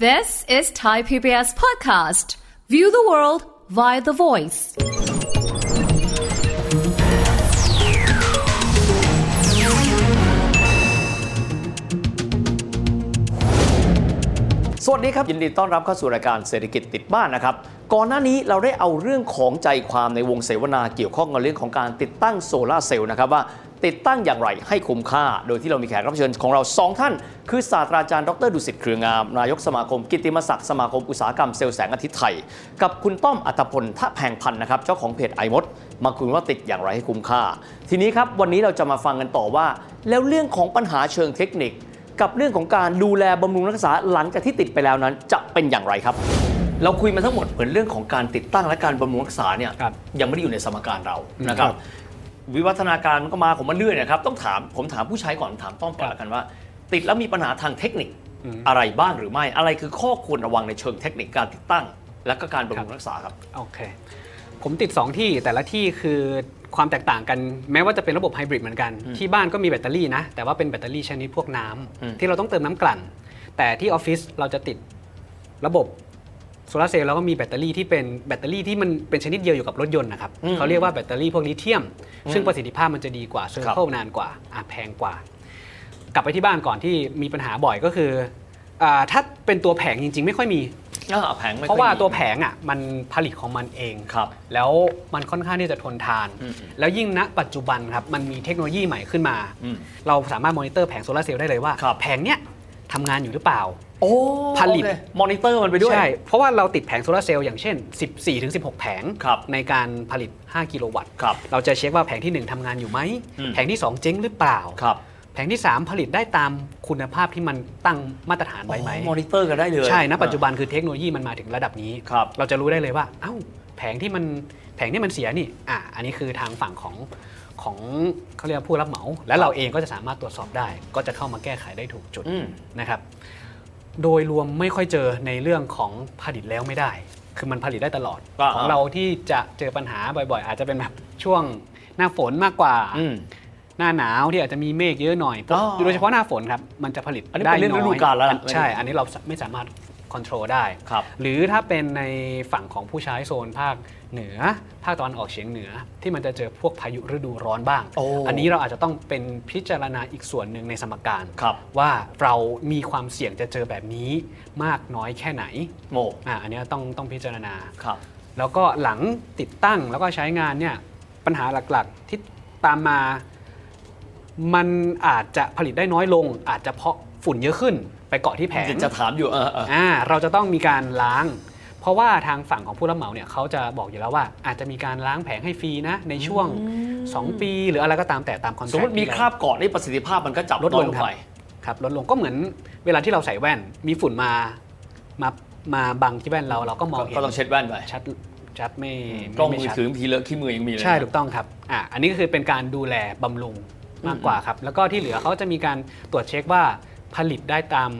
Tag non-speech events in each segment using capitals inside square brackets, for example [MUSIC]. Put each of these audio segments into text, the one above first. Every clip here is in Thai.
This is Thai PBS podcast. View the world via the voice. สวัสดีครับ ยินดีต้อนรับเข้าสู่รายการเศรษฐกิจติดบ้านนะครับ ก่อนหน้านี้เราได้เอาเรื่องของใจความในวงเสวนาเกี่ยวข้องกับเรื่องของการติดตั้งโซลาร์เซลล์นะครับว่าติดตั้งอย่างไรให้คุ้มค่า โดยที่เรามีแขกรับเชิญของเรา 2 ท่าน คือศาสตราจารย์ดรดุสิตเครืองาม นายกสมาคม กิตติมศักดิ์สมาคมอุตสาหกรรมเซลล์แสงอาทิตย์ไทย กับคุณต้อมอัตพลทะแพงพันธ์นะครับเจ้าของเพจไอมดมาคุยว่าติดอย่างไรให้คุ้มค่า ทีนี้ครับวันนี้เราจะมาฟังกันต่อว่า แล้วเรื่องของปัญหาเชิงเทคนิค กับเรื่องของการดูแลบำรุงรักษาหลังจากที่ติดไปแล้วนั้นจะเป็นอย่างไรครับ เราคุยมาทั้งหมดเหมือนเรื่องของการติดตั้งและการบำรุงรักษาเนี่ย ครับ ยังไม่ได้อยู่ในสมการเรานะค ค รั รับ บ วิวัฒนาการมันก็มาของมันเรื่อยนะครับ ต้องถามผมถามผู้ใช้ก่อนถามต้องก่อนละกันว่า ติดแล้วมีปัญหาทางเทคนิคอะไรบ้างหรือไม่อะไรคือข้อควรระวังในเชิงเทคนิคการติดตั้ง และก็การบำรุงรักษาครับ โอเค ผมติด 2 ที่แต่ละที่คือความแตกต่างกัน แม้ว่าจะเป็นระบบไฮบริดเหมือนกัน ที่บ้านก็มีแบตเตอรี่นะ แต่ว่าเป็นแบตเตอรี่ชนิดพวกน้ำ อืม ที่เราต้องเติมน้ำกลั่น แต่ที่ออฟฟิศเราจะติดระบบโซลาร์เซลล์แล้วก็มีแบตเตอรี่ที่เป็นแบตเตอรี่ที่มันเป็นชนิดเดียวอยู่กับรถยนต์นะครับ อืม เขาเรียกว่าแบตเตอรี่พวกลิเธียม ซึ่งประสิทธิภาพมันจะดีกว่าเซอร์เคิลนานกว่าอ่ะแพงกว่า กลับไปที่บ้านก่อนที่มีปัญหาบ่อยก็คืออาถ้าเป็นตัวแผงจริง ๆ ไม่ค่อยมี อ่าแผงไม่ เพราะว่า ค่อยมี ตัวแผงอ่ะมันผลิตของมันเอง ครับ แล้วมันค่อนข้างที่จะทนทาน อืม แล้วยิ่งณปัจจุบันครับมันมีเทคโนโลยีใหม่ขึ้นมา อืม เราสามารถมอนิเตอร์แผงโซลาร์เซลล์ได้เลยว่า ครับ แผงเนี้ยทำงานอยู่หรือเปล่า โอ้ ผลิต โอเคมอนิเตอร์มันไปด้วย ใช่เพราะว่าเราติดแผงโซลาร์เซลล์อย่างเช่น 14-16 แผง ครับ ในการผลิต 5 กิโลวัตต์ ครับ เราจะเช็คว่าแผงที่ 1ทำงานอยู่ไหม อืม แผงที่ 2 เจ๊งหรือเปล่า ครับ แผงที่ 3 ผลิตได้ตามคุณภาพที่มันตั้งมาตรฐานไว้ไหม อ๋อมอนิเตอร์กันได้เลย ใช่นะ อ่า ปัจจุบันคือเทคโนโลยีมันมาถึงระดับนี้ ครับ เราจะรู้ได้เลยว่า เอ้า แผงที่มันแผงที่มันเสียนี่อ่ะอันนี้คือทางฝั่งของของเขาเรียกว่าผู้รับเหมา และเราเองก็จะสามารถตรวจสอบได้ ก็จะเข้ามาแก้ไขได้ถูกจุด อืม นะครับ โดยรวมไม่ค่อยเจอในเรื่องของผลิตแล้วไม่ได้ คือมันผลิตได้ตลอด อ่า ของเราที่จะเจอปัญหาบ่อยๆ อาจจะเป็นแบบช่วงหน้าฝนมากกว่า อืม หน้าหนาวที่อาจจะมีเมฆเยอะหน่อย อ๋อ โดยเฉพาะหน้าฝนครับ มันจะผลิต อันนี้ ได้ เป็นเรื่องฤดูกาลแล้วล่ะ ใช่ อันนี้เราไม่สามารถควบคุมได้ ครับ หรือถ้าเป็นในฝั่งของผู้ใช้โซนภาคเหนือ ภาคตะวันออกเฉียงเหนือ ที่มันจะเจอพวกพายุฤดูร้อนบ้าง โอ้ อันนี้เราอาจจะต้องเป็นพิจารณาอีกส่วนหนึ่งในสมการ ครับ ว่าเรามีความเสี่ยงจะเจอแบบนี้มากน้อยแค่ไหน โม อ่ะอันนี้ต้องต้องพิจารณา ครับ แล้วก็หลังติดตั้งแล้วก็ใช้งานเนี่ยปัญหาหลักๆที่ตามมา มันอาจจะผลิตได้น้อยลง อาจจะเพราะฝุ่นเยอะขึ้น ไปเกาะที่แผง จะถามอยู่เออเออ อ่าเราจะต้องมีการล้าง เพราะว่าทางฝั่งของผู้รับเหมาเนี่ยเขาจะบอกอยู่แล้วว่า อาจจะมีการล้างแผงให้ฟรีนะในช่วง 2 ปีหรืออะไรก็ตามแต่ตามคอน ส แท ม ค มติมีคราบเกาะนี่ประสิทธิภาพมันก็จับ ลด น้ ล อย ง ลง ครับ ไป ครับลดลงก็เหมือนเวลาที่เราใส่แว่น มีฝุ่นมามามาบังที่แว่นเราเราก็มองเห็น ก็ต้องเช็ดแว่นไป ชัดชัดไม่ กล้องมือไชัด ถือบางทีเลอะขี้มือยังมีเลย ใช่ถูกต้องครับอ่ะอันนี้ก็คือเป็นการดูแลบำรุงมากกว่าครับ แล้วก็ที่เหลือเขาจะมีการตรวจเช็คว่าผลิตได้ตาม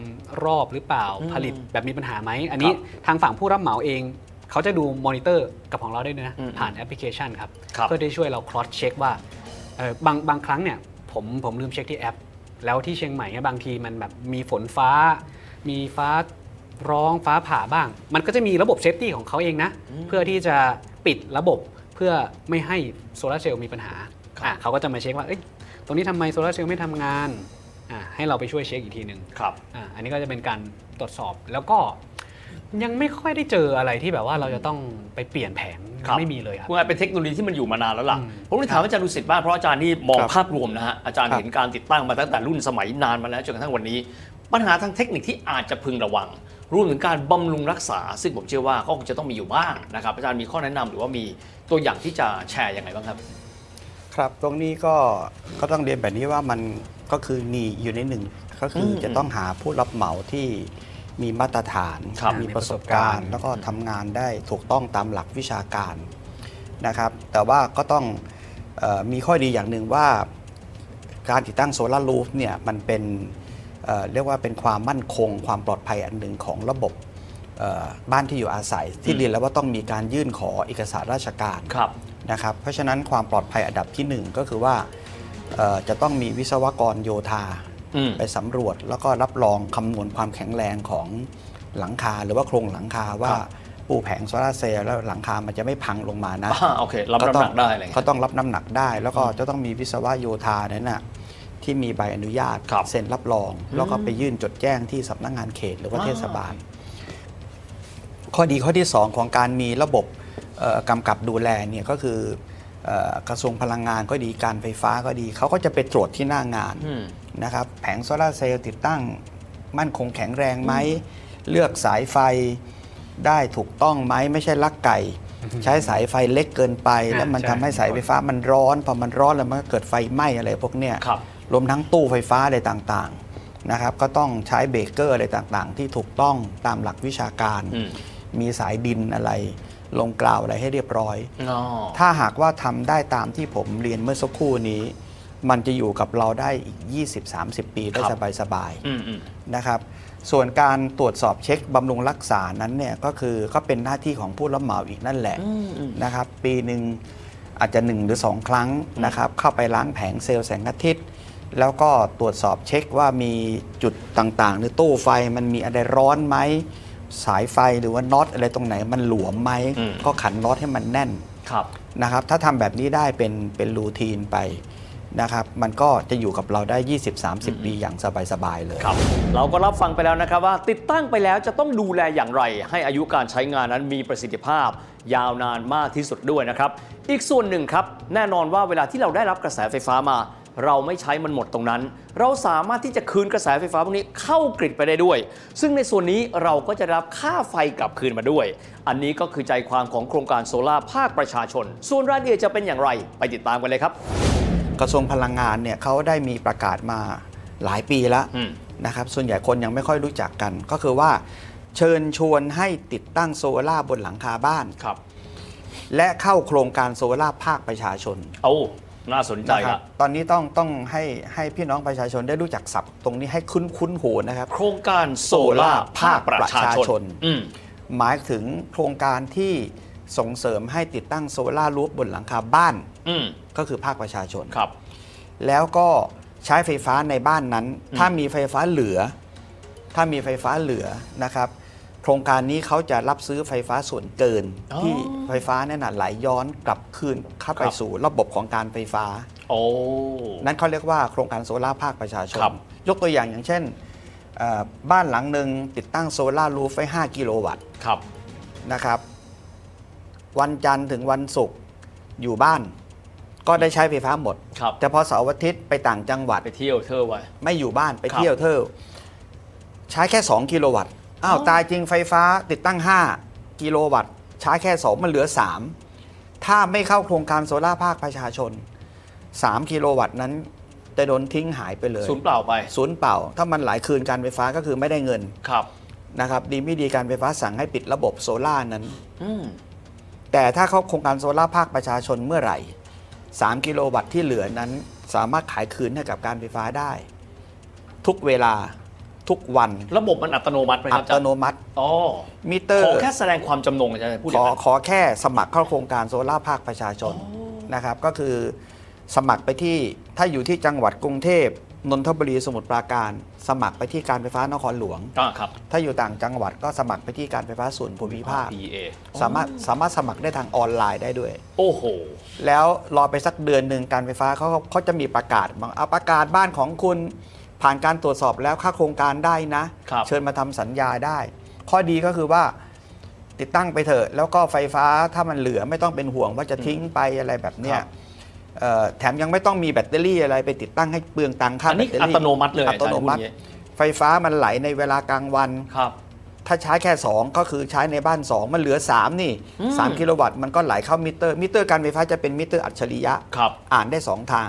รอบหรือเปล่า อืม ผลิตแบบมีปัญหาไหม อันนี้ ครับ ทางฝั่งผู้รับเหมาเอง เขาจะดูมอนิเตอร์กับของเราได้ด้วยนะ อืม ผ่านแอปพลิเคชันครับ ครับ เพื่อที่ช่วยเราครอสเช็คว่าเอ่อบางบางครั้งเนี่ยผมผมลืมเช็คที่แอป แล้วที่เชียงใหม่เนี่ยบางทีมันแบบมีฝนฟ้า มีฟ้าร้องฟ้าผ่าบ้าง มันก็จะมีระบบเซฟตี้ของเขาเองนะ เพื่อที่จะปิดระบบเพื่อไม่ให้โซลาร์เซลล์มีปัญหา ครับ อ่ะเขาก็จะมาเช็คว่าเอ้ยตรงนี้ทำไมโซลาร์เซลล์ไม่ทำงานอ่ะให้เราไปช่วยเช็คอีกทีหนึ่ง ครับ อ่ะอันนี้ก็จะเป็นการตรวจสอบแล้วก็ยังไม่ค่อยได้เจออะไรที่แบบว่าเราจะต้องไปเปลี่ยนแผง ครับ ไม่มีเลยครับ พูดง่ายๆเป็นเทคโนโลยีที่มันอยู่มานานแล้วล่ะ อืม ผมเลยถามอาจารย์ดุสิตบ้างเพราะอาจารย์นี่มอง ครับ ภาพรวมนะฮะ อาจารย์ ครับ เห็นการติดตั้งมาตั้งแต่รุ่นสมัยนานมาแล้วจนกระทั่งวันนี้ ปัญหาทางเทคนิคที่อาจจะพึงระวัง รวมถึงการบำรุงรักษา ซึ่งผมเชื่อว่าก็คงจะต้องมีอยู่บ้างนะครับ อาจารย์มีข้อแนะนำหรือว่ามีตัวอย่างที่จะแชร์ยังไงบ้างครับ ครับ ตรงนี้ก็ก็ต้องเรียนแบบนี้ว่ามันก็คือมีอยู่ในหนึ่ง ก็คืออ ม จะต้องหาผู้รับเหมาที่มีมาตรฐาน ครับ มี มี ป ประ ระ ส ส บบ กา การ รณ์ ณ์ แล้วก็ทำงานได้ถูกต้องตามหลักวิชาการนะครับ แต่ว่าก็ต้องเออมีข้อดีอย่างหนึ่งว่าการติดตั้งโซลารูฟเนี่ยมันเป็นเอ่อเรียกว่าเป็นความมั่นคง ความปลอดภัยอันหนึ่งของระบบเอ่อบ้านที่อยู่อาศัย ที่ อืม เรียนแล้วว่าต้องมีการยื่นขอเอกสารราชการ ครับ นะครับเพราะฉะนั้นความปลอดภัยอันดับที่หนึ่งก็คือว่าเอ่อจะต้องมีวิศวกรโยธา อืม ไปสำรวจแล้วก็รับรองคำนวณความแข็งแรงของ หลังคาหรือว่าโครงหลังคาว่า ครับ ปูแผงโซลาร์เซลล์แล้วหลังคามันจะไม่พังลงมานะ อ่าโอเครับน้ำหนักได้อะไรอย่าง ก็ เงี้ย ต้องรับน้ำหนักได้แล้วก็จะต้องมีวิศวโยธานั้นน่ะที่มีใบอนุญาต ครับ เซ็นรับรอง แล้วก็ไปยื่นจดแจ้งที่สำนักงานเขตหรือว่า อ่า เทศบาล ข้อดีข้อที่สองของการมีระบบเอ่อกำกับดูแลเนี่ยก็คือเอ่อกระทรวงพลังงานก็ดีการไฟฟ้าก็ดีเขาก็จะไปตรวจที่หน้างาน อืม นะครับแผงโซลาร์เซลล์ติดตั้งมั่นคงแข็งแรงไหม เลือกสายไฟได้ถูกต้องไหมไม่ใช่ลักไก่ ใช้สายไฟเล็กเกินไป อ่า แล้วมัน ใช่ ทำให้สายไฟฟ้ามันร้อนพอมันร้อนแล้วมันก็เกิดไฟไหม้อะไรพวกเนี้ย ครับ รวมทั้งตู้ไฟฟ้าอะไรต่างๆนะครับ ก็ต้องใช้เบรกเกอร์อะไรต่างๆ ที่ถูกต้องตามหลักวิชาการ อืม มีสายดินอะไร ลงกล่าวอะไรให้เรียบร้อย อ๋อ ถ้าหากว่าทำได้ตามที่ผมเรียนเมื่อสักครู่นี้ มันจะอยู่กับเราได้อีก 20-30 ปีได้ ครับ สบายๆ อืมอืม นะครับ ส่วนการตรวจสอบเช็คบำรุงรักษานั้นเนี่ยก็คือก็เป็นหน้าที่ของผู้รับเหมาอีกนั่นแหละ อืมอืม นะครับปีหนึ่งอาจจะ 1 หรือ 2 ครั้งนะครับเข้าไปล้างแผงเซลล์แสงอาทิตย์ แล้วก็ตรวจสอบเช็คว่ามีจุดต่างๆ หรือตู้ไฟมันมีอะไรร้อนไหม สายไฟหรือว่าน็อตอะไรตรงไหนมันหลวมไหม อืม ก็ขันน็อตให้มันแน่น ครับ นะครับถ้าทำแบบนี้ได้เป็นเป็นรูทีนไปนะครับมันก็จะอยู่กับเราได้ 20-30 ปีอย่างสบาย ๆ เลย ครับเราก็รับฟังไปแล้วนะครับว่า ติดตั้งไปแล้วจะต้องดูแลอย่างไร ให้อายุการใช้งานนั้นมีประสิทธิภาพ ยาวนานมากที่สุดด้วยนะครับ อีกส่วนหนึ่งครับ แน่นอนว่าเวลาที่เราได้รับกระแสไฟฟ้ามา เราไม่ใช้มันหมดตรงนั้น เราสามารถที่จะคืนกระแสไฟฟ้าพวกนี้เข้ากริดไปได้ด้วย ซึ่งในส่วนนี้เราก็จะรับค่าไฟกลับคืนมาด้วย อันนี้ก็คือใจความของโครงการโซลาร์ภาคประชาชน ส่วนรายละเอียดจะเป็นอย่างไร ไปติดตามกันเลยครับ กระทรวงพลังงานเนี่ยเขาได้มีประกาศมาหลายปีแล้ว อืม นะครับส่วนใหญ่คนยังไม่ค่อยรู้จักกัน ก็คือว่าเชิญชวนให้ติดตั้งโซลาร์บนหลังคาบ้าน ครับ และเข้าโครงการโซลาร์ภาคประชาชน โอ้น่าสนใจ นะครับ ละ ตอนนี้ต้องต้องให้ให้พี่น้องประชาชนได้รู้จักศัพท์ตรงนี้ให้คุ้นคุ้นหูนะครับ โครงการโซลาร์ภาคประชาชนอืม หมายถึงโครงการที่ส่งเสริมให้ติดตั้งโซลาร์รูฟบนหลังคาบ้าน อืม ก็คือภาคประชาชน ครับ แล้วก็ใช้ไฟฟ้าในบ้านนั้น ถ้ามีไฟฟ้าเหลือ ถ้ามีไฟฟ้าเหลือนะครับ โครงการนี้เขาจะรับซื้อไฟฟ้าส่วนเกิน อ๋อ ที่ไฟฟ้าเนี่ยนะไหลย้อนกลับคืนเข้าไปสู่ระบบของการไฟฟ้า โอ้ นั่นเขาเรียกว่าโครงการโซลาร์ภาคประชาชน ครับ ยกตัวอย่างอย่างเช่นเอ่อบ้านหลังหนึ่งติดตั้งโซลาร์รูฟไว้ 5 กิโลวัตต์ ครับ นะครับ วันจันทร์ถึงวันศุกร์อยู่บ้าน ก็ได้ใช้ไฟฟ้าหมด ครับ แต่พอเสาร์อาทิตย์ไปต่างจังหวัด ไปเที่ยวเธอไว้ ไม่อยู่บ้านไป ครับ เที่ยวเที่ยวใช้แค่ 2 กิโลวัตต์อ้าวตายจริงไฟฟ้าติดตั้ง 5 กิโลวัตต์ใช้แค่ 2 มันเหลือ 3 ถ้าไม่เข้าโครงการโซลาร์ภาคประชาชน 3 กิโลวัตต์นั้นจะโดนทิ้งหายไปเลย ศูนย์เปล่าไป ศูนย์เปล่า ถ้ามันหลายคืนการไฟฟ้าก็คือไม่ได้เงิน ครับ นะครับดีไม่ดีการไฟฟ้าสั่งให้ปิดระบบโซลาร์นั้น อืม แต่ถ้าเข้าโครงการโซลาร์ภาคประชาชนเมื่อไหร่ 3 กิโลวัตต์ที่เหลือนั้น สามารถขายคืนให้กับการไฟฟ้าได้ ทุกเวลาทุกวัน ระบบมันอัตโนมัติไหมค อั รับ ตโนมัติ อ๋อ มิเตอร์ ขอแค่แสดงความจำนงอาจารย์พูด ข ย่า อง นั้น ขอแค่สมัครเข้าโครงการโซลาร์ภาคประชาชนนะครับ ก็คือสมัครไปที่ถ้าอยู่ที่จังหวัดกรุงเทพนนทบุรีสมุทรปราการ สมัครไปที่การไฟฟ้านครหลวง อ่าครับ ถ้าอยู่ต่างจังหวัดก็สมัครไปที่การไฟฟ้าส่วนภูมิภาค เอ สามารถสามารถสมัครได้ทางออนไลน์ได้ด้วย โอ้โห แล้วรอไปสักเดือนหนึ่งการไฟฟ้าเขาเขาจะมีประกาศบางเอาประกาศบ้านของคุณ ผ่านการตรวจสอบแล้วค่าโครงการได้นะ ครับ เชิญมาทำสัญญาได้ ข้อดีก็คือว่าติดตั้งไปเถอะ แล้วก็ไฟฟ้าถ้ามันเหลือไม่ต้องเป็นห่วงว่าจะทิ้งไปอะไรแบบเนี้ยเอ่อแถมยังไม่ต้องมีแบตเตอรี่อะไรไปติดตั้งให้เปลืองตังค่า อัน แบ นี้ ตเตอ อั รี่ ตโนมัติเลย อั อา ต จาร โน ย์พูด มั อ ติ ย่างนี้ ไฟฟ้ามันไหลในเวลากลางวัน ครับ ถ้าใช้แค่ 2 ก็คือใช้ในบ้าน 2 มันเหลือ 3 นี่ 3 กิโลวัตต์มันก็ไหลเข้ามิเตอร์ มิเตอร์การไฟฟ้าจะเป็นมิเตอร์อัจฉริยะ ครับ อ่านได้ 2 ทาง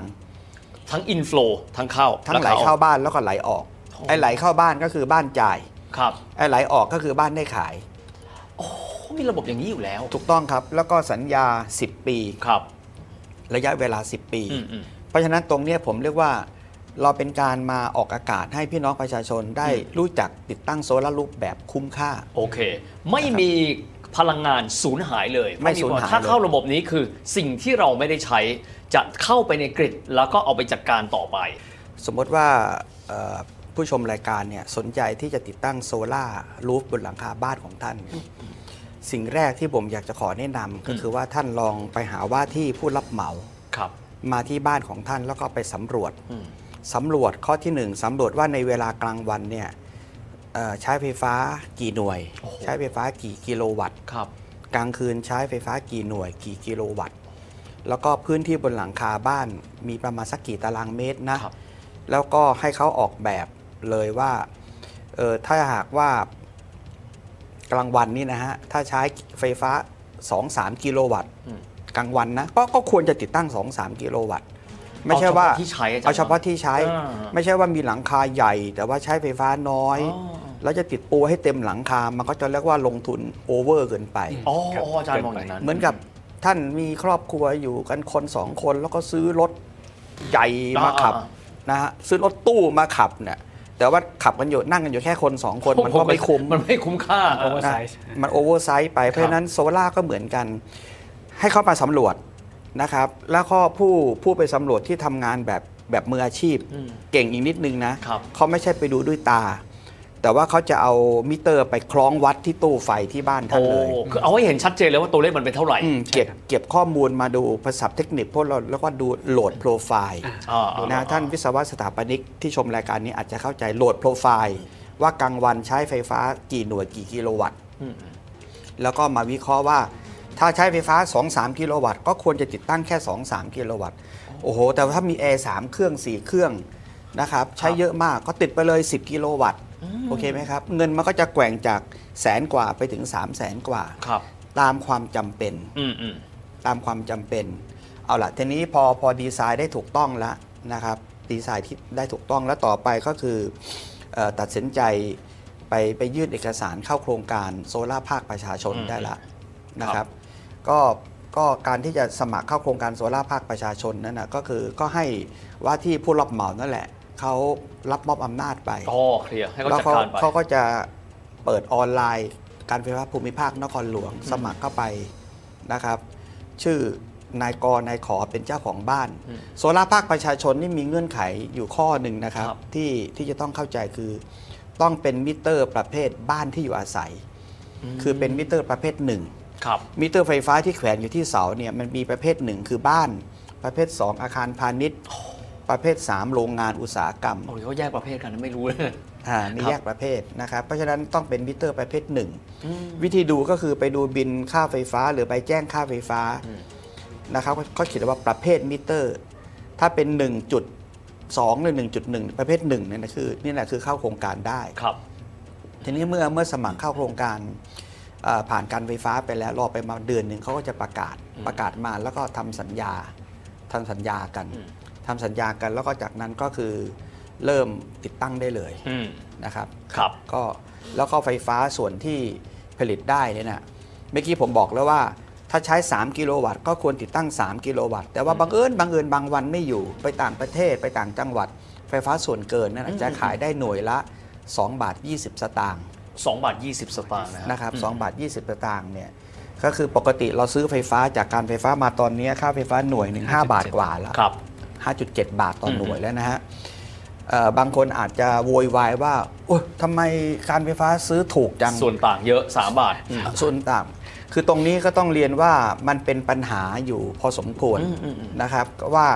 ทั้งอินฟลูทั้งเข้า ทั้งไหลเข้าบ้านแล้วก็ไหลออก ไอ้ไหลเข้าบ้านก็คือบ้านจ่าย ครับ ไอ้ไหลออกก็คือบ้านได้ขาย เขามีระบบอย่างนี้อยู่แล้ว ถูกต้องครับ แล้วก็สัญญา 10 ปี ครับ ระยะเวลา 10 ปี อืมอืม เพราะฉะนั้นตรงเนี้ยผมเรียกว่า เราเป็นการมาออกอากาศให้พี่น้องประชาชนได้ อืม รู้จักติดตั้งโซลารูปแบบคุ้มค่า โอเค ไม่มีพลังงานสูญหายเลย ไม่สูญหายเลย ถ้าเข้าระบบนี้คือสิ่งที่เราไม่ได้ใช้จะเข้าไปในกริดแล้วก็เอาไปจัดการต่อไป สมมติว่าเอ่อ ผู้ชมรายการเนี่ยสนใจที่จะติดตั้งโซลา่ารูฟบนหลังคาบ้านของท่าน สิ่งแรกที่ผมอยากจะขอแนะนำก็คือว่าท่านลองไปหาว่าที่ผู้รับเหมา ครับ มาที่บ้านของท่านแล้วก็ไปสำรวจ อืม สำรวจข้อที่หนึ่งสำรวจว่าในเวลากลางวันเนี่ยเอ่อใช้ไฟฟ้ากี่หน่วย โอ้โห ใช้ไฟฟ้ากี่กิโลวัตต์ ครับ กลางคืนใช้ไฟฟ้ากี่หน่วย กี่กิโลวัตต์ แล้วก็พื้นที่บนหลังคาบ้านมีประมาณสักกี่ตารางเมตรนะ ครับ แล้วก็ให้เขาออกแบบเลยว่าเออถ้าหากว่ากลางวันนี่นะฮะ ถ้าใช้ไฟฟ้า 2-3 กิโลวัตต์ อืม กลางวันนะก็ก็ควรจะติดตั้ง 2-3 กิโลวัตต์ ไม่ใช่ว่า เอาเฉพาะที่ใช้อาจารย์ เอาเฉพาะที่ใช้ อ่า ไม่ใช่ว่ามีหลังคาใหญ่ แต่ว่าใช้ไฟฟ้าน้อย อ๋อ แล้วจะติดปูให้เต็มหลังคา มันก็จะเรียกว่าลงทุนโอเวอร์เกินไป อ๋อ ครับ อาจารย์มองอย่างนั้น เหมือนกับท่านมีครอบครัวอยู่กันคนสองคนแล้วก็ซื้อรถใหญ่มาขับนะฮะซื้อรถตู้มาขับเนี่ยแต่ว่าขับกันอยู่นั่งกันอยู่แค่คนสองคนมันก็ไม่คุ้ม มันไม่คุ้มค่า โอเวอร์ไซส์ มันโอเวอร์ไซส์ไป เพราะฉะนั้นโซล่าก็เหมือนกัน ให้เข้ามาสำรวจนะครับ แล้วก็ผู้ผู้ไปสำรวจที่ทำงานแบบแบบมืออาชีพ อืม เก่งอีกนิดนึงนะครับ เขาไม่ใช่ไปดูด้วยตา แต่ว่าเขาจะเอามิเตอร์ไปคล้องวัดที่ตู้ไฟที่บ้านท่า โอ้ นเลย คือเอาให้เห็นชัดเจนเลยว่าตัวเลขมันเป็นเท่าไหร่ อืมเก็บเก็บข้อมูลมาดูภาษาเทคนิคพวกเราแล้วก็ดูโหลดโปรไฟล์ อ่า นะท่านวิศวะสถาปนิกที่ชมรายการนี้อาจจะเข้าใจโหลดโปรไฟล์ ว่ากลางวันใช้ไฟฟ้ากี่หน่วยกี่กิโลวัตต์ อืม แล้วก็มาวิเคราะห์ว่า ถ้าใช้ไฟฟ้า 2-3 กิโลวัตต์ ก็ควรจะติดตั้งแค่ 2-3 กิโลวัตต์ โอ้โห แต่ว่าถ้ามีแอร์3เครื่อง 4 เครื่องนะครับใช้เยอะมากก็ติดไปเลย 10 กิโลวัตต์ โอเคไหมครับ เงินมันก็จะแกว่งจากแสนกว่าไปถึง 3 0 0แสนกว่า ครับ ตามความจำเป็น อืมอืม ตามความจำเป็น เอาล่ะทีนี้พอพอดีไซน์ได้ถูกต้องแล้วนะครับ ดีไซน์ที่ได้ถูกต้องแล้วต่อไปก็คือเออตัดสินใจไปไปยื่นเอกสารเข้าโครงการโซลาร์ภาคประชาชน อืม ได้ละ ครับ นะครับก็ก็การที่จะสมัครเข้าโครงการโซลาร์ภาคประชาชนนั่นนะก็คือก็ให้ว่าที่ผู้รับเหมานั่นแหละเขารับมอบอำนาจไป อ๋อเคลียร์ให้เขา แล้ว จัด เขา การไป เขาก็จะเปิดออนไลน์ การไฟฟ้าภูมิภาคนครหลวงสมัครเข้าไปนะครับ ชื่อนายกนายขอเป็นเจ้าของบ้าน อืม โซลาร์ภาคประชาชนนี่มีเงื่อนไขอยู่ข้อหนึ่งนะครับ ครับ ที่ที่จะต้องเข้าใจคือ ต้องเป็นมิเตอร์ประเภทบ้านที่อยู่อาศัย คือเป็นมิเตอร์ประเภทหนึ่ง ครับ มิเตอร์ไฟฟ้าที่แขวนอยู่ที่เสาเนี่ยมันมีประเภทหนึ่งคือบ้าน ประเภท 2 อาคารพาณิชย์ ประเภท 3 โรงงานอุตสาหกรรม โอ้ยเขาแยกประเภทกันนะไม่รู้เลย อ่ามี ครับ แยกประเภทนะครับ เพราะฉะนั้นต้องเป็นมิเตอร์ประเภทหนึ่ง อืม วิธีดูก็คือไปดูบินค่าไฟฟ้าหรือไปแจ้งค่าไฟฟ้า อืม นะครับเขาเขาเขียนว่าประเภทมิเตอร์ ถ้าเป็น 1.2 หรือ 1.1 ประเภทหนึ่งเนี่ยนะคือนี่แหละคือเข้าโครงการได้ ครับ ทีนี้เมื่อเมื่อสมัครเข้าโครงการเอ่อผ่านการไฟฟ้าไปแล้วรอไปมาเดือนหนึ่งเขาก็จะประกาศประกาศมาแล้วก็ทำสัญญาทำสัญญากัน อืม ทำสัญญากันแล้วก็จากนั้นก็คือเริ่มติดตั้งได้เลย อืม นะครับ ครับ ก็แล้วก็ไฟฟ้าส่วนที่ผลิตได้เนี่ยนะเมื่อกี้ผมบอกแล้วว่า ถ้าใช้ 3 กิโลวัตต์ก็ควรติดตั้ง 3 กิโลวัตต์ แต่ว่าบังเอิญบังเอิญบางวันไม่อยู่ไปต่างประเทศไปต่างจังหวัด ไฟฟ้าส่วนเกินนั่นน่ะจะขายได้หน่วยละ 2 บาท 20 สตางค์ สองบาทยี่สิบสตางค์นะฮะ นะครับสองบาท 20 สตางค์เนี่ยก็คือปกติเราซื้อไฟฟ้าจากการไฟฟ้ามาตอนเนี้ยค่าไฟฟ้าหน่วยหนึ่งห้าบาทกว่าแล้ว ครับ 5.7 บาทต่อหน่วยแล้วนะฮะเอ่อบางคนอาจจะโวยวายว่า โอ้ทำไมการไฟฟ้าซื้อถูกจัง ส่วนต่างเยอะสามบาทอืม ส่วนต่ำคือตรงนี้ก็ต้องเรียนว่ามันเป็นปัญหาอยู่พอสมควร อืมอืมอืม นะครับก็ว่า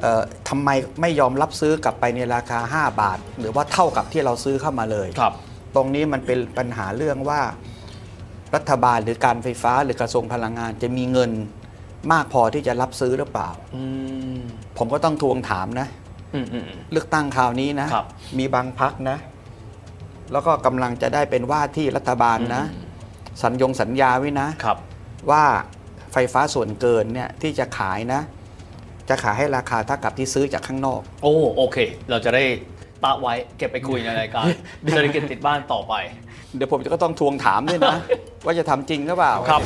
เอ่อทำไมไม่ยอมรับซื้อกลับไปในราคา 5 บาท หรือว่าเท่ากับที่เราซื้อเข้ามาเลย ครับ ตรงนี้มันเป็นปัญหาเรื่องว่ารัฐบาลหรือการไฟฟ้าหรือกระทรวงพลังงาน จะมีเงินมากพอที่จะรับซื้อหรือเปล่า อืม ผมก็ต้องทวงถามนะ อืมอืมอืม เลือกตั้งคราวนี้นะ ครับ มีบางพักนะ แล้วก็กำลังจะได้เป็นว่าที่รัฐบาลนะ อื สัญญงสัญญาไว้นะ ครับ ว่าไฟฟ้าส่วนเกินเนี่ยที่จะขายนะ จะขายให้ราคาเท่ากับที่ซื้อจากข้างนอก โอ้โอเค เราจะได้ตะไว้เก็บไปคุยในร [LAUGHS] ายการเศรษฐกิจติดบ้านต่อไป เดี๋ยวผมจะก็ต้องทวงถามด้วยนะ ว่าจะทำจริงหรือเปล่า ครับ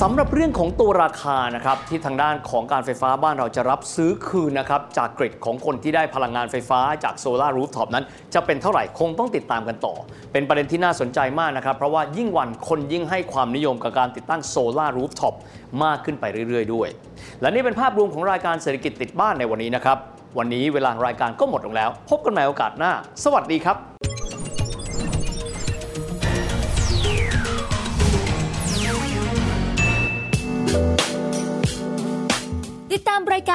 สำหรับเรื่องของตัวราคานะครับที่ทางด้านของการไฟฟ้าบ้านเราจะรับซื้อคืนนะครับจากกริดของคนที่ได้พลังงานไฟฟ้าจากโซลารูฟท็อปนั้น จะเป็นเท่าไหร่คงต้องติดตามกันต่อ เป็นประเด็นที่น่าสนใจมากนะครับ เพราะว่ายิ่งวันคนยิ่งให้ความนิยมกับการติดตั้งโซลารูฟท็อปมากขึ้นไปเรื่อย ๆ ด้วย และนี่เป็นภาพรวมของรายการเศรษฐกิจติดบ้านในวันนี้นะครับ วันนี้เวลารายการก็หมดลงแล้ว พบกันใหม่โอกาสหน้า สวัสดีครับ ติดตามรายก